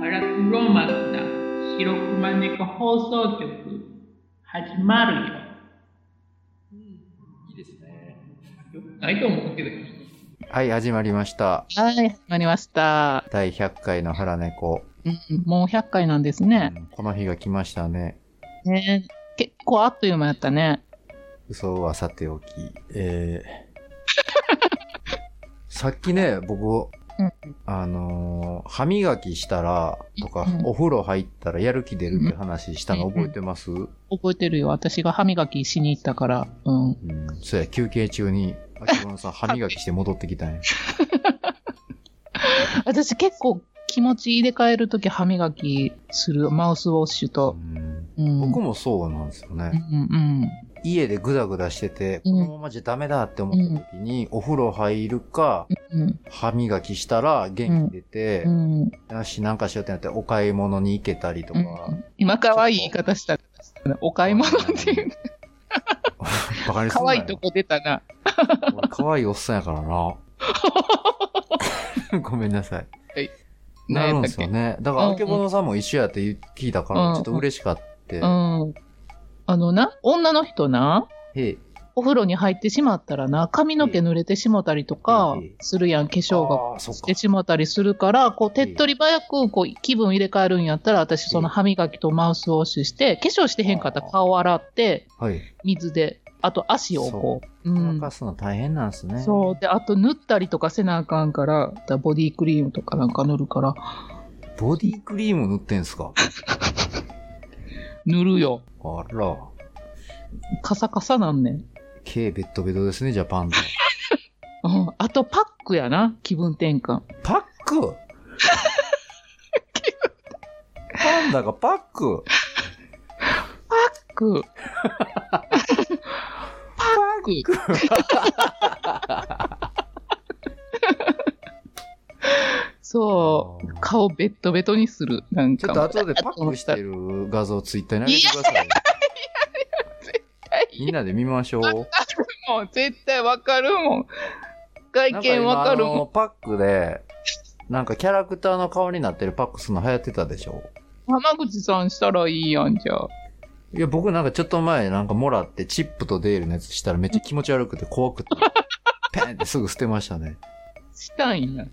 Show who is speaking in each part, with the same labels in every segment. Speaker 1: 荒黒幕な白熊猫放送局始まるよ
Speaker 2: うんいいですね。
Speaker 1: ないと思うけど
Speaker 3: はい、始まりました。
Speaker 1: はい始まりました、
Speaker 3: 第100回の腹猫。
Speaker 1: うん、もう100回なんですね、
Speaker 3: うんこの日が来ましたね。
Speaker 1: ね結構あっという間やったね
Speaker 3: 嘘はさておき。え ーさっきね、僕
Speaker 1: うん、
Speaker 3: あのー歯磨きしたらとか
Speaker 1: うん、
Speaker 3: お風呂入ったらやる気出るって話したの覚えてますう
Speaker 1: 覚えてるよ私が歯磨きしに行ったからうん
Speaker 3: ん、そうや、休憩中に、秋葉さ ん歯磨きして戻ってきたんや。
Speaker 1: 私結構気持ち入れ替えるとき歯磨きするマウスウォッシュ
Speaker 3: う
Speaker 1: と、
Speaker 3: ん
Speaker 1: うん、
Speaker 3: 僕
Speaker 1: も
Speaker 3: もそうなんですよ
Speaker 1: うん
Speaker 3: ね。
Speaker 1: うん
Speaker 3: 家でグダグダしてて、
Speaker 1: う
Speaker 3: こ
Speaker 1: ん
Speaker 3: のままじゃダメだって思った時に、お風呂入るか、
Speaker 1: うん
Speaker 3: 歯磨きしたら元気出て
Speaker 1: う、ん
Speaker 3: よし、なんかしようってなって、お買い物に行けたりとか、
Speaker 1: うん今可愛い言い方したねお買い物っていう
Speaker 3: バカにすん
Speaker 1: 可
Speaker 3: な
Speaker 1: 愛
Speaker 3: よ
Speaker 1: いとこ出たな
Speaker 3: 俺可愛いおっさんやから な。ごめんなさい。なるんですよね。だから、
Speaker 1: うん
Speaker 3: あけぼのさんも一緒やって聞いたか
Speaker 1: う
Speaker 3: ら、
Speaker 1: ん
Speaker 3: ちょっと嬉しかって。
Speaker 1: うん。あのな、女の人な、
Speaker 3: へい
Speaker 1: お風呂に入ってしまったらな、髪の毛濡れてしもたりとか
Speaker 3: ええ
Speaker 1: するやん、化粧が。
Speaker 3: あーそっ
Speaker 1: し
Speaker 3: か
Speaker 1: て。しもたりするから、こう、手っ取り早く、こう、気分入れ替えるんやったら、私、その歯磨きとマウスウォッシュして、化粧してへんかったら顔洗って、
Speaker 3: はい。
Speaker 1: 水で、あと足をこう、う
Speaker 3: 乾
Speaker 1: ん
Speaker 3: か。すの大変なんですね。
Speaker 1: そう。で、あと塗ったりとかせなあかんから、だからボディクリームとかなんか塗るから、
Speaker 3: ボディクリーム塗ってんすか
Speaker 1: 塗るよ。
Speaker 3: あら、
Speaker 1: カサカサなんねん。
Speaker 3: 毛ベッドベトですね、ジャパンで。
Speaker 1: うん。あと、パックやな、気分転換。
Speaker 3: パックパンダがパック
Speaker 1: パック。パック。そう。顔ベッドベトにする。なん
Speaker 3: ち
Speaker 1: か
Speaker 3: ょっ
Speaker 1: もう。
Speaker 3: と後でパックして
Speaker 1: る。
Speaker 3: る画像ツイッターに上げてください。みんなで見ましょう。
Speaker 1: もう絶対わかるもん。外見わか
Speaker 3: な
Speaker 1: る
Speaker 3: ん今あの
Speaker 1: も
Speaker 3: パックで、なんかキャラクターの顔になってるパックするの流行ってたでしょ
Speaker 1: ん。浜口さんしたらいいやんじゃあ。
Speaker 3: いや、僕なんかちょっと前なんかもらってチップとデールのやつしたらめっちゃ気持ち悪くて怖 くて、ペンってすぐ捨てましたね。
Speaker 1: したいんや。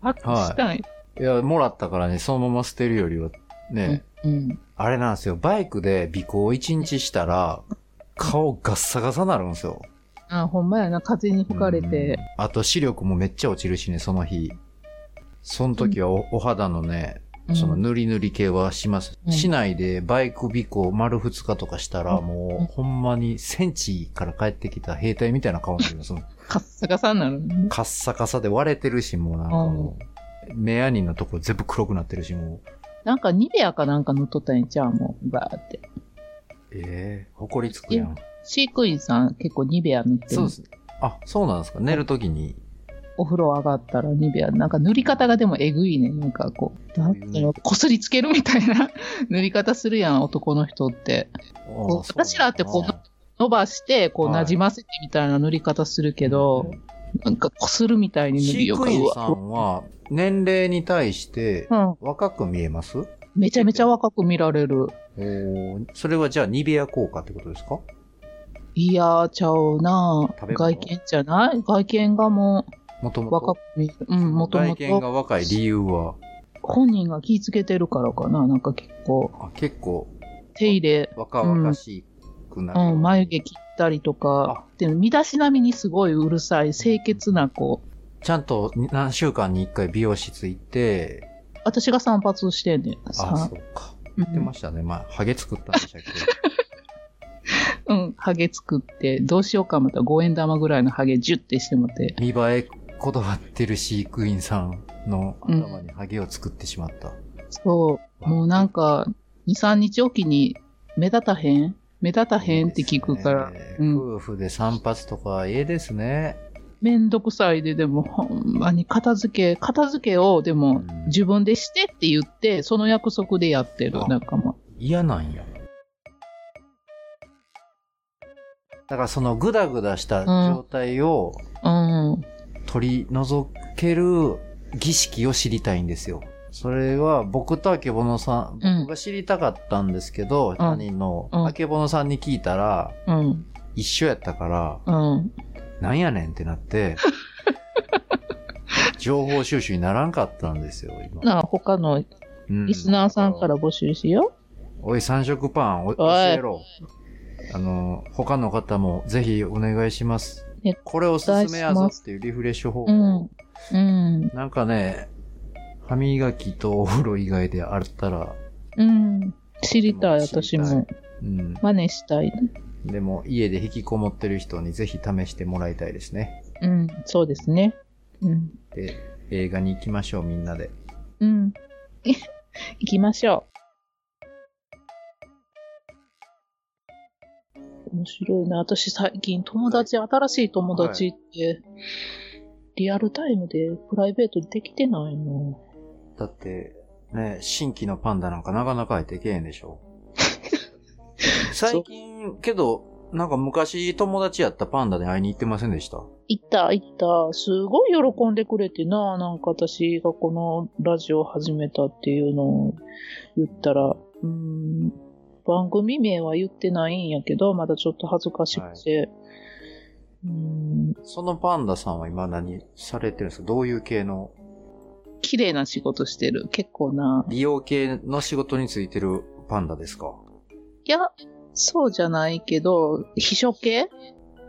Speaker 1: パックしたい。
Speaker 3: いや、もらったからね、そのまま捨てるよりはね、
Speaker 1: うん。
Speaker 3: あれなんですよ、バイクで尾行1日したら、顔ガッサガサなるんですよ。
Speaker 1: あ、ほんまやな。風に吹かれ
Speaker 3: う
Speaker 1: て。
Speaker 3: んあと視力もめっちゃ落ちるしね、その日。その時はお,、肌のね、その
Speaker 1: うん
Speaker 3: 塗り塗り系はします。
Speaker 1: うん
Speaker 3: 市内でバイク尾行丸2日とかしたら、もう、ほんまにセンチから帰ってきた兵隊みたいな顔になるよそ の
Speaker 1: カッサカサになる。
Speaker 3: カッサカサで割れてるし、もうなんかもう、目やにのとこ全部黒くなってるし、もう、
Speaker 1: なんかニベアかなんか塗っとったんやじゃあもう。バーって。
Speaker 3: ええほこりつくやん。
Speaker 1: 飼育員さん結構ニベア塗ってる。
Speaker 3: そうです。あ、そうなんですか。寝るときに。
Speaker 1: お風呂上がったらニベア、なんか塗り方がでもえぐいね。なんかこう、なんだろう、こすりつけるみたいな 塗り方するやん、男の人って。
Speaker 3: あ
Speaker 1: こう
Speaker 3: そうなん
Speaker 1: 私らってこう
Speaker 3: だな
Speaker 1: 伸ばして、こう、
Speaker 3: はい
Speaker 1: なじませてみたいな塗り方するけど、なんかこするみたいに塗
Speaker 3: 飼
Speaker 1: りよ
Speaker 3: 育
Speaker 1: く、
Speaker 3: 員
Speaker 1: う
Speaker 3: さ
Speaker 1: わ
Speaker 3: んは年齢に対して
Speaker 1: うん、
Speaker 3: 若く見えます
Speaker 1: めちゃめちゃ若く見られる。
Speaker 3: それはじゃあニベア効果ってことですか
Speaker 1: いやー、ちゃうな
Speaker 3: 食べ物
Speaker 1: 外見じゃない外見がも
Speaker 3: もと
Speaker 1: う
Speaker 3: も
Speaker 1: 若
Speaker 3: と
Speaker 1: く。見える。うん、もとも
Speaker 3: 外見
Speaker 1: と。
Speaker 3: が若い理由は、
Speaker 1: 本人が気ぃつけてるからかな。なんか結構、
Speaker 3: あ結構
Speaker 1: 手入れ、
Speaker 3: 若々しくなる、
Speaker 1: うん、眉毛切ったりとか、でも身だしなみにすごいうるさい、清潔な子。
Speaker 3: ちゃんと何週間に一回美容室行って、
Speaker 1: 私が散髪してんねん。
Speaker 3: あ、
Speaker 1: さ
Speaker 3: そうか。
Speaker 1: う
Speaker 3: 言って
Speaker 1: ん
Speaker 3: ましたね。まあ、ハゲ作ったんでしたっ け
Speaker 1: うん、ハゲ作って、どうしようか思ったら5円玉ぐらいのハゲジュッてしてもって。
Speaker 3: 見栄えこだわってる飼育員さんの頭にハゲを作ってしまった。
Speaker 1: そう、もうなんか、2、3日おきに、目立たへん目立たへんって聞くか
Speaker 3: い
Speaker 1: ら
Speaker 3: いですね
Speaker 1: うん
Speaker 3: 夫婦で散髪とか、ええですね。
Speaker 1: めんどくさいで、でもほんまに片付け、片付けをでも
Speaker 3: うん
Speaker 1: 自分でしてって言って、その約束でやってる
Speaker 3: あ
Speaker 1: 仲間。
Speaker 3: 嫌なんや。だからそのグダグダした状態を
Speaker 1: うん。
Speaker 3: 取り除ける儀式を知りたいんですよ。それは僕とあけぼのさん、
Speaker 1: うん
Speaker 3: 僕が知りたかったんですけど、他人の、
Speaker 1: うん
Speaker 3: あけぼのさんに聞いたら、
Speaker 1: うん。
Speaker 3: 一緒やったから、
Speaker 1: うん。
Speaker 3: なんやねんってな って、情報収集にならんかったんですよ、今。
Speaker 1: なあ、他の
Speaker 3: うん
Speaker 1: リスナーさんから募集しよ
Speaker 3: おい、三色パン、お教えろ。あの、他の方もぜひお願いします
Speaker 1: ね。
Speaker 3: これおすすめやぞっていうリフレッシュ方
Speaker 1: う。う
Speaker 3: 法
Speaker 1: ん。。うん。
Speaker 3: なんかね、歯磨きとお風呂以外であったら、
Speaker 1: うん。知りたい、
Speaker 3: 知りたい
Speaker 1: 私も。
Speaker 3: うん。
Speaker 1: 真似したい。
Speaker 3: でも、家で引きこもってる人にぜひ試してもらいたいですね。
Speaker 1: うん。そうですね。うん。
Speaker 3: で、映画に行きましょう、みんなで。
Speaker 1: うん。 行きましょう。面白いな。私最近友達、新しい友達って、リアルタイムでプライベートでできてないの。
Speaker 3: だって、ね、新規のパンダなんかなかなか入ってけえんでし ょ。最近、けど、なんか昔友達やったパンダで会いに行ってませんでした
Speaker 1: 行った、行った。すごい喜んでくれてな。なんか私がこのラジオを始めたっていうのを言ったら、うーん、番組名は言ってないんやけど、まだちょっと恥ずかしくて、うーん、
Speaker 3: そのパンダさんは今何されてるんですかどういう系の
Speaker 1: 綺麗な仕事してる。結構な。
Speaker 3: 美容系の仕事についてるパンダですか
Speaker 1: いや、そうじゃないけど、秘書系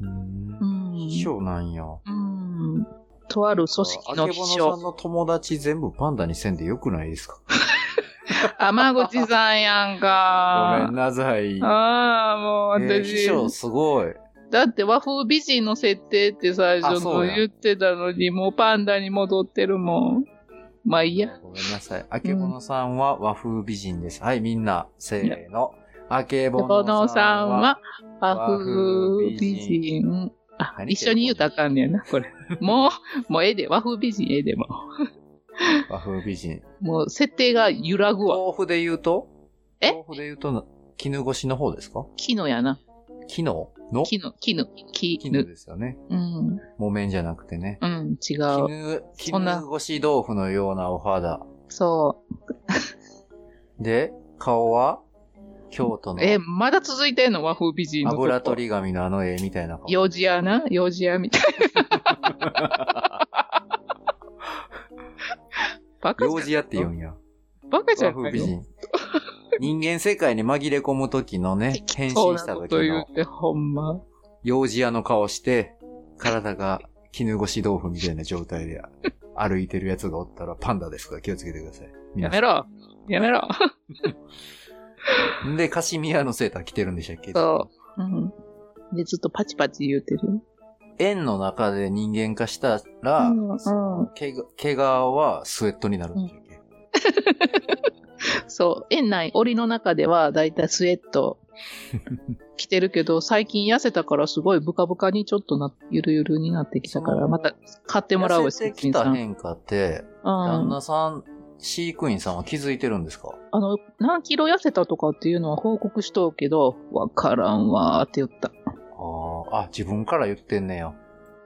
Speaker 3: うー。
Speaker 1: うんん。
Speaker 3: 秘書なんや。
Speaker 1: うん。とある組織の秘
Speaker 3: あけぼのさん
Speaker 1: 書。
Speaker 3: の友達全部パンダにせんでよくないですか
Speaker 1: 天口さんやん
Speaker 3: ごめ
Speaker 1: か
Speaker 3: ん。なさい。
Speaker 1: ああ、もう
Speaker 3: えー
Speaker 1: 私、
Speaker 3: 秘書すごい。
Speaker 1: だって和風美人の設定って最
Speaker 3: あ
Speaker 1: 初
Speaker 3: そ
Speaker 1: の
Speaker 3: うや
Speaker 1: 言ってたのに、もうパンダに戻ってるもん。まあいいや。
Speaker 3: ごめんなさい。あけぼのさんは和風美人です。はい、みんな、せーの。あけぼの
Speaker 1: この
Speaker 3: さ
Speaker 1: さ
Speaker 3: ん
Speaker 1: ん
Speaker 3: は
Speaker 1: は、和風美人。あ、
Speaker 3: 何
Speaker 1: 一緒に言うたらあかんねんな、これ。もう、もうええで、和風美人ええでも。
Speaker 3: 和風美人。
Speaker 1: もう設定が揺らぐわ。
Speaker 3: 豆腐で言うと
Speaker 1: え
Speaker 3: 豆腐で言うとな、絹ごしの方ですか
Speaker 1: 絹やな。
Speaker 3: 絹の
Speaker 1: 絹、絹、
Speaker 3: 絹
Speaker 1: 絹。
Speaker 3: ですよね。
Speaker 1: うん、
Speaker 3: 木綿じゃなくてね。
Speaker 1: うん、違う。
Speaker 3: 絹、
Speaker 1: そんな
Speaker 3: 絹ごし豆腐のようなお肌。
Speaker 1: そ
Speaker 3: で、顔は京都
Speaker 1: う。
Speaker 3: の
Speaker 1: え、まだ続いてんの和風美人のとこ。
Speaker 3: 油取り紙のあの絵みたいな顔。
Speaker 1: 幼児やな幼児やみたいな。 バカじゃ
Speaker 3: 幼児やって言うんや。
Speaker 1: ん。バカじゃ
Speaker 3: 和
Speaker 1: ん。
Speaker 3: 風美人。人間世界に紛れ込む時のね、変身
Speaker 1: そう
Speaker 3: し
Speaker 1: な
Speaker 3: た
Speaker 1: こ
Speaker 3: 時
Speaker 1: と言
Speaker 3: の
Speaker 1: うて、ほんま。
Speaker 3: 幼児屋の顔して、体が絹ごし豆腐みたいな状態 で歩いてるやつがおったらパンダですから気をつけてください。
Speaker 1: や
Speaker 3: 皆さ
Speaker 1: め
Speaker 3: ん
Speaker 1: ろ。やめろ。
Speaker 3: で、カシミヤのセーター着てるんでしたっけ
Speaker 1: そう。うん。で、ずっとパチパチ言うてる。
Speaker 3: 円の中で人間化した
Speaker 1: う
Speaker 3: ら、
Speaker 1: ん、うん。
Speaker 3: 毛が毛皮はスウェットになるんでしたっけ、
Speaker 1: そう。園内、檻の中では、だいたいスウェッ ト着てるけど、最近痩せたからすごいブカブカにちょっとな、ゆるゆるになってきたか
Speaker 3: その
Speaker 1: ら、また買ってもらおう、
Speaker 3: 痩せて
Speaker 1: キ
Speaker 3: き
Speaker 1: ンさ
Speaker 3: た
Speaker 1: ん。
Speaker 3: 変化って、
Speaker 1: う
Speaker 3: 旦
Speaker 1: ん。
Speaker 3: 那さん、飼育員さんは気づいてるんですか
Speaker 1: あの、何キロ痩せたとかっていうのは報告しとうけど、わからんわーって言った。
Speaker 3: あーあ、自分から言ってんねや。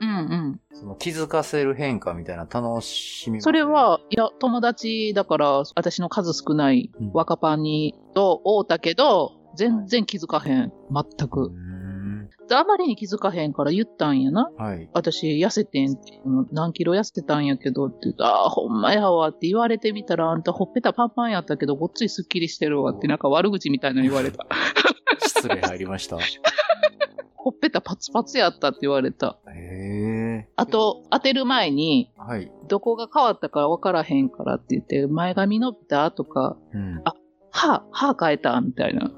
Speaker 1: うん
Speaker 3: その気づかせる変化みたいな楽しみ
Speaker 1: う
Speaker 3: も
Speaker 1: ん。それ、は、いや、友達だから、私の数少ない若パンにと会うたけど、全然気づかへん。全
Speaker 3: うー
Speaker 1: く。
Speaker 3: ん
Speaker 1: あまりに気づかへんから言ったんやな。
Speaker 3: はい。
Speaker 1: 私、痩せてんって、うん何キロ痩せてたんやけどって言うと、ああ、ほんまやわって言われてみたら、あんたほっぺたパンパンやったけど、ごっついスッキリしてるわって、なんか悪口みたいなの言われ た。
Speaker 3: 失礼入りました。へ
Speaker 1: ほっぺたパツパツやったって言われた。
Speaker 3: え。
Speaker 1: あと、当てる前に、
Speaker 3: はい。
Speaker 1: どこが変わったか分からへんからって言って、前髪伸びたとか、
Speaker 3: うん。
Speaker 1: あ歯、歯変えたみたいな。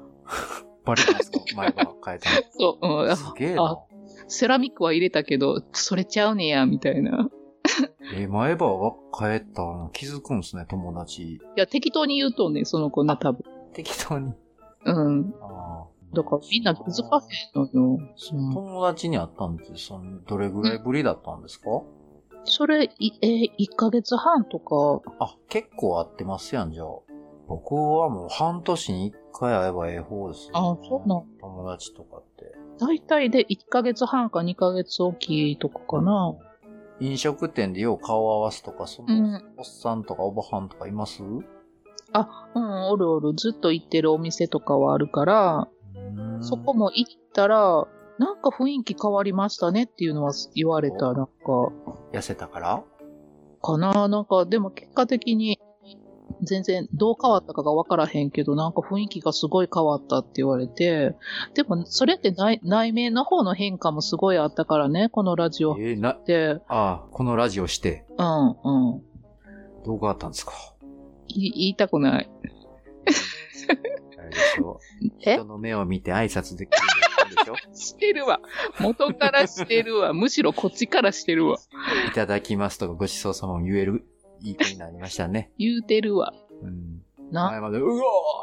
Speaker 3: バレたんですか前歯変えた
Speaker 1: そう、うん、
Speaker 3: の。
Speaker 1: あ
Speaker 3: すげえ
Speaker 1: あ
Speaker 3: な。
Speaker 1: セラミックは入れたけど、それちゃうねや、みたいな。
Speaker 3: え、前歯は変えたの気づくんすね、友達。
Speaker 1: いや、適当に言うとんね、その子な、多分。
Speaker 3: 適当に。
Speaker 1: うん。
Speaker 3: あー
Speaker 1: だからみんな気づかへんのよ。うん
Speaker 3: 友達に会ったんですよ。そのどれぐらいぶりだったんですか
Speaker 1: それ、いえー、1ヶ月半とか、
Speaker 3: あ、結構会ってますやん、じゃあ。僕はもう半年に一回会えばええ方ですね。
Speaker 1: あそうなん
Speaker 3: 友達とかって。
Speaker 1: だいたいで1ヶ月半か2ヶ月おきとかかな。
Speaker 3: 飲食店でよう顔合わすとか、そのおっさんとかおばはんとかいますう
Speaker 1: うん、おるおる、ずっと行ってるお店とかはあるから、
Speaker 3: ーん
Speaker 1: そこも行ったら、なんか雰囲気変わりましたねっていうのは言われた、なんか、
Speaker 3: 痩せたから
Speaker 1: かななんか、でも結果的に、全然どう変わったかが分からへんけど、なんか雰囲気がすごい変わったって言われて、でもそれって内内面の方の変化もすごいあったからね、このラジオっ
Speaker 3: えーな、
Speaker 1: て。
Speaker 3: ああ、このラジオして、
Speaker 1: うんうん。
Speaker 3: 動画あったんです か。
Speaker 1: い言いたくない。
Speaker 3: あれでしょ
Speaker 1: え
Speaker 3: 人の目を見て挨拶できるんでしょ
Speaker 1: してるわ。元からしてるわ。むしろこっちからしてるわ。
Speaker 3: いただきますとかごちそうさまも言える、いい子になりましたね。
Speaker 1: 言うてるわ。
Speaker 3: うん。
Speaker 1: な、
Speaker 3: 前まで、うおー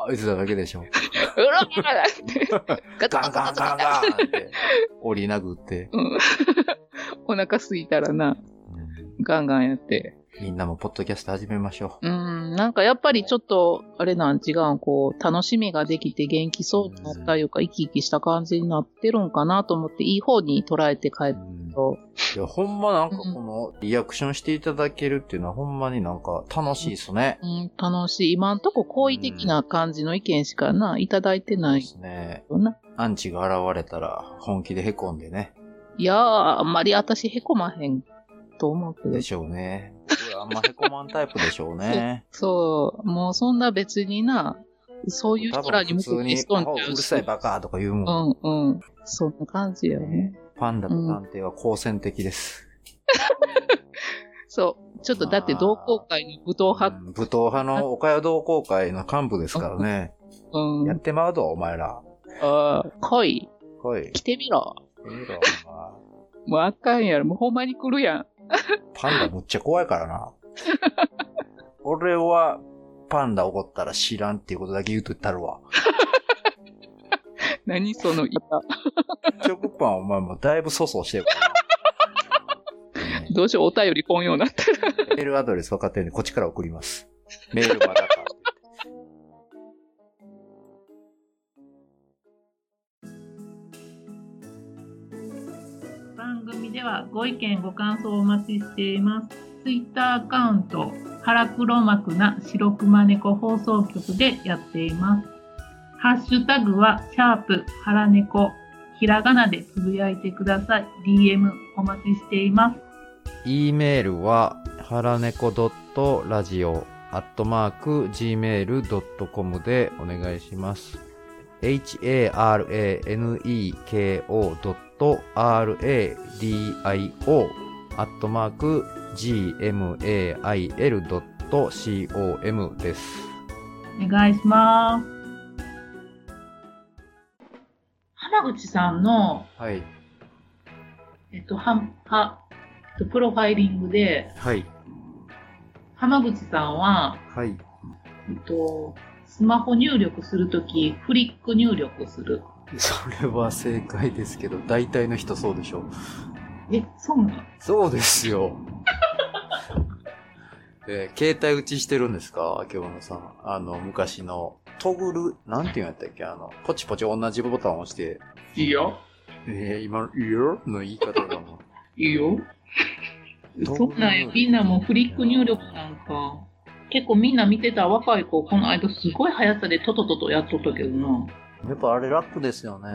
Speaker 3: 言ってただけでしょ。
Speaker 1: うろっって。 ガタ
Speaker 3: ガンガ
Speaker 1: ガタガ
Speaker 3: ン
Speaker 1: タ
Speaker 3: ガ
Speaker 1: ガ
Speaker 3: ン
Speaker 1: タ。
Speaker 3: ガン って、折り殴って、
Speaker 1: うん。お腹すいたら
Speaker 3: う
Speaker 1: な、
Speaker 3: ん
Speaker 1: ガンガンやって。
Speaker 3: みんなもポッドキャスト始めましょう。
Speaker 1: うん、なんかやっぱりちょっと、あれなん違うん、こう、楽しみができて元気そうになったいうか、生き生きした感じになってるんかなと思って、いい方に捉えて帰
Speaker 3: う
Speaker 1: っ
Speaker 3: ん
Speaker 1: と。
Speaker 3: いや、ほんまなんかこのリアクションしていただけるっていうのはほんまになんか楽しいっすね。
Speaker 1: うん、楽しい。今んとこ好意的な感じの意見しかな、いただいて
Speaker 3: そう
Speaker 1: な
Speaker 3: で
Speaker 1: い
Speaker 3: すね。
Speaker 1: よな。
Speaker 3: アンチが現れたら本気で凹んでね。
Speaker 1: いやー、あんまり私へこまへんと思うけど。
Speaker 3: で。しょうね。僕らあんま凹まんタイプでしょうね
Speaker 1: そう、もうそんな別にな、そういう
Speaker 3: 多
Speaker 1: 人ら
Speaker 3: 分
Speaker 1: に
Speaker 3: 普通
Speaker 1: 向けて
Speaker 3: に、
Speaker 1: しとん
Speaker 3: あ
Speaker 1: ち
Speaker 3: う
Speaker 1: ゃう
Speaker 3: る
Speaker 1: し
Speaker 3: さいバカとか言う
Speaker 1: う
Speaker 3: もん。
Speaker 1: んうん。そんな感じよね。
Speaker 3: パンダと探偵は好戦的です。
Speaker 1: そう。ちょっとだって同好会の武闘派、
Speaker 3: うん武闘派の岡谷同好会の幹部ですからね。
Speaker 1: うん。
Speaker 3: やってまうぞ、お前ら。
Speaker 1: ああ、来い。
Speaker 3: 来い。
Speaker 1: 来てみろ。
Speaker 3: 見ろ、お前
Speaker 1: もうあかんやろ。もうほんまに来るやん。
Speaker 3: パンダむっちゃ怖いからな。俺は、パンダ怒ったら知らんっていうことだけ言うとったるわ。
Speaker 1: 何その言い方。
Speaker 3: チョコパンお前もだいぶ粗相してるから。ね
Speaker 1: どうしよう、お便り来んようになった。
Speaker 3: メールアドレス分かってるんで、こっちから送ります。メールまだか。
Speaker 4: 番組ではご意見ご感想をお待ちしていますツイッターアカウント「腹黒幕な白熊猫放送局」でやっていますハッシュタグは「シャープ腹猫」ひらがなでつぶやいてください DM お待ちしています
Speaker 5: E メールは、はらねこ .radio アットマーク gmail.com でお願いします。haraneko.radio アットマーク gmail.com です。
Speaker 4: お願いします浜口さんの、
Speaker 3: はい。
Speaker 4: えっと、ははえっとプロファイリングで
Speaker 3: はい。
Speaker 4: 浜口さんは
Speaker 3: は
Speaker 4: え
Speaker 3: い。
Speaker 4: っと、スマホ入力するとき、フリック入力する。
Speaker 3: それは正解ですけど、大体の人そうでしょ。
Speaker 4: え、そうなの
Speaker 3: そうですよ。 えー携帯打ちしてるんですかあけぼのさん。あの、昔の、トグル、なんていうんやったっけあの、ポチポチ同じボタンを押して、
Speaker 4: いいよ。
Speaker 3: えー、今の、いいよの言い方だもん。
Speaker 4: いいよ。そんなんや、みんなもうフリック入力なんか、結構みんな見てた若い子、この間すごい速さでトトトトやっとったけどな。
Speaker 3: やっぱあれ楽ですよね。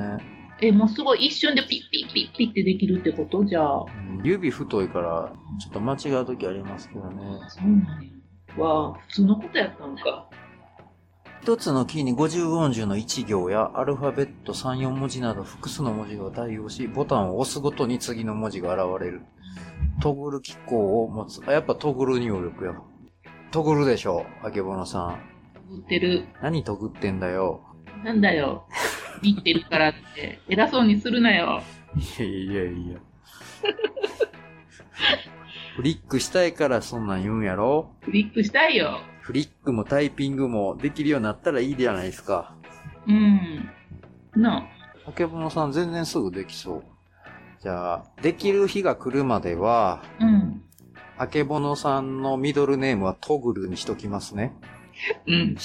Speaker 4: え、もうすごい一瞬でピッピッピッピッってできるってことじゃあ。
Speaker 3: うん指太いから、ちょっと間違う時ありますけどね。
Speaker 4: そうなんや。わあ、普通のことやったんか。
Speaker 3: 一つのキーに50音順の1行やアルファベット3、4文字など複数の文字が対応し、ボタンを押すごとに次の文字が現れる。トグル機構を持つ。あ、やっぱトグル入力や。トグルでしょ、あけぼのさん。
Speaker 4: 売ってる。
Speaker 3: 何トグってんだよ。
Speaker 4: なんだよ。見てるからって。偉そうにするなよ。
Speaker 3: いやいやいや。フリックしたいからそんなん言うんやろ
Speaker 4: フリックしたいよ。
Speaker 3: フリックもタイピングもできるようになったらいいじゃないですか。
Speaker 4: うん。なあ。
Speaker 3: あけぼのさん全然すぐできそう。じゃあ、できる日が来るまでは、
Speaker 4: うん。
Speaker 3: あけぼのさんのミドルネームはトグルにしときますね。
Speaker 4: うん。
Speaker 3: て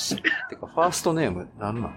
Speaker 3: か、ファーストネーム、なんなん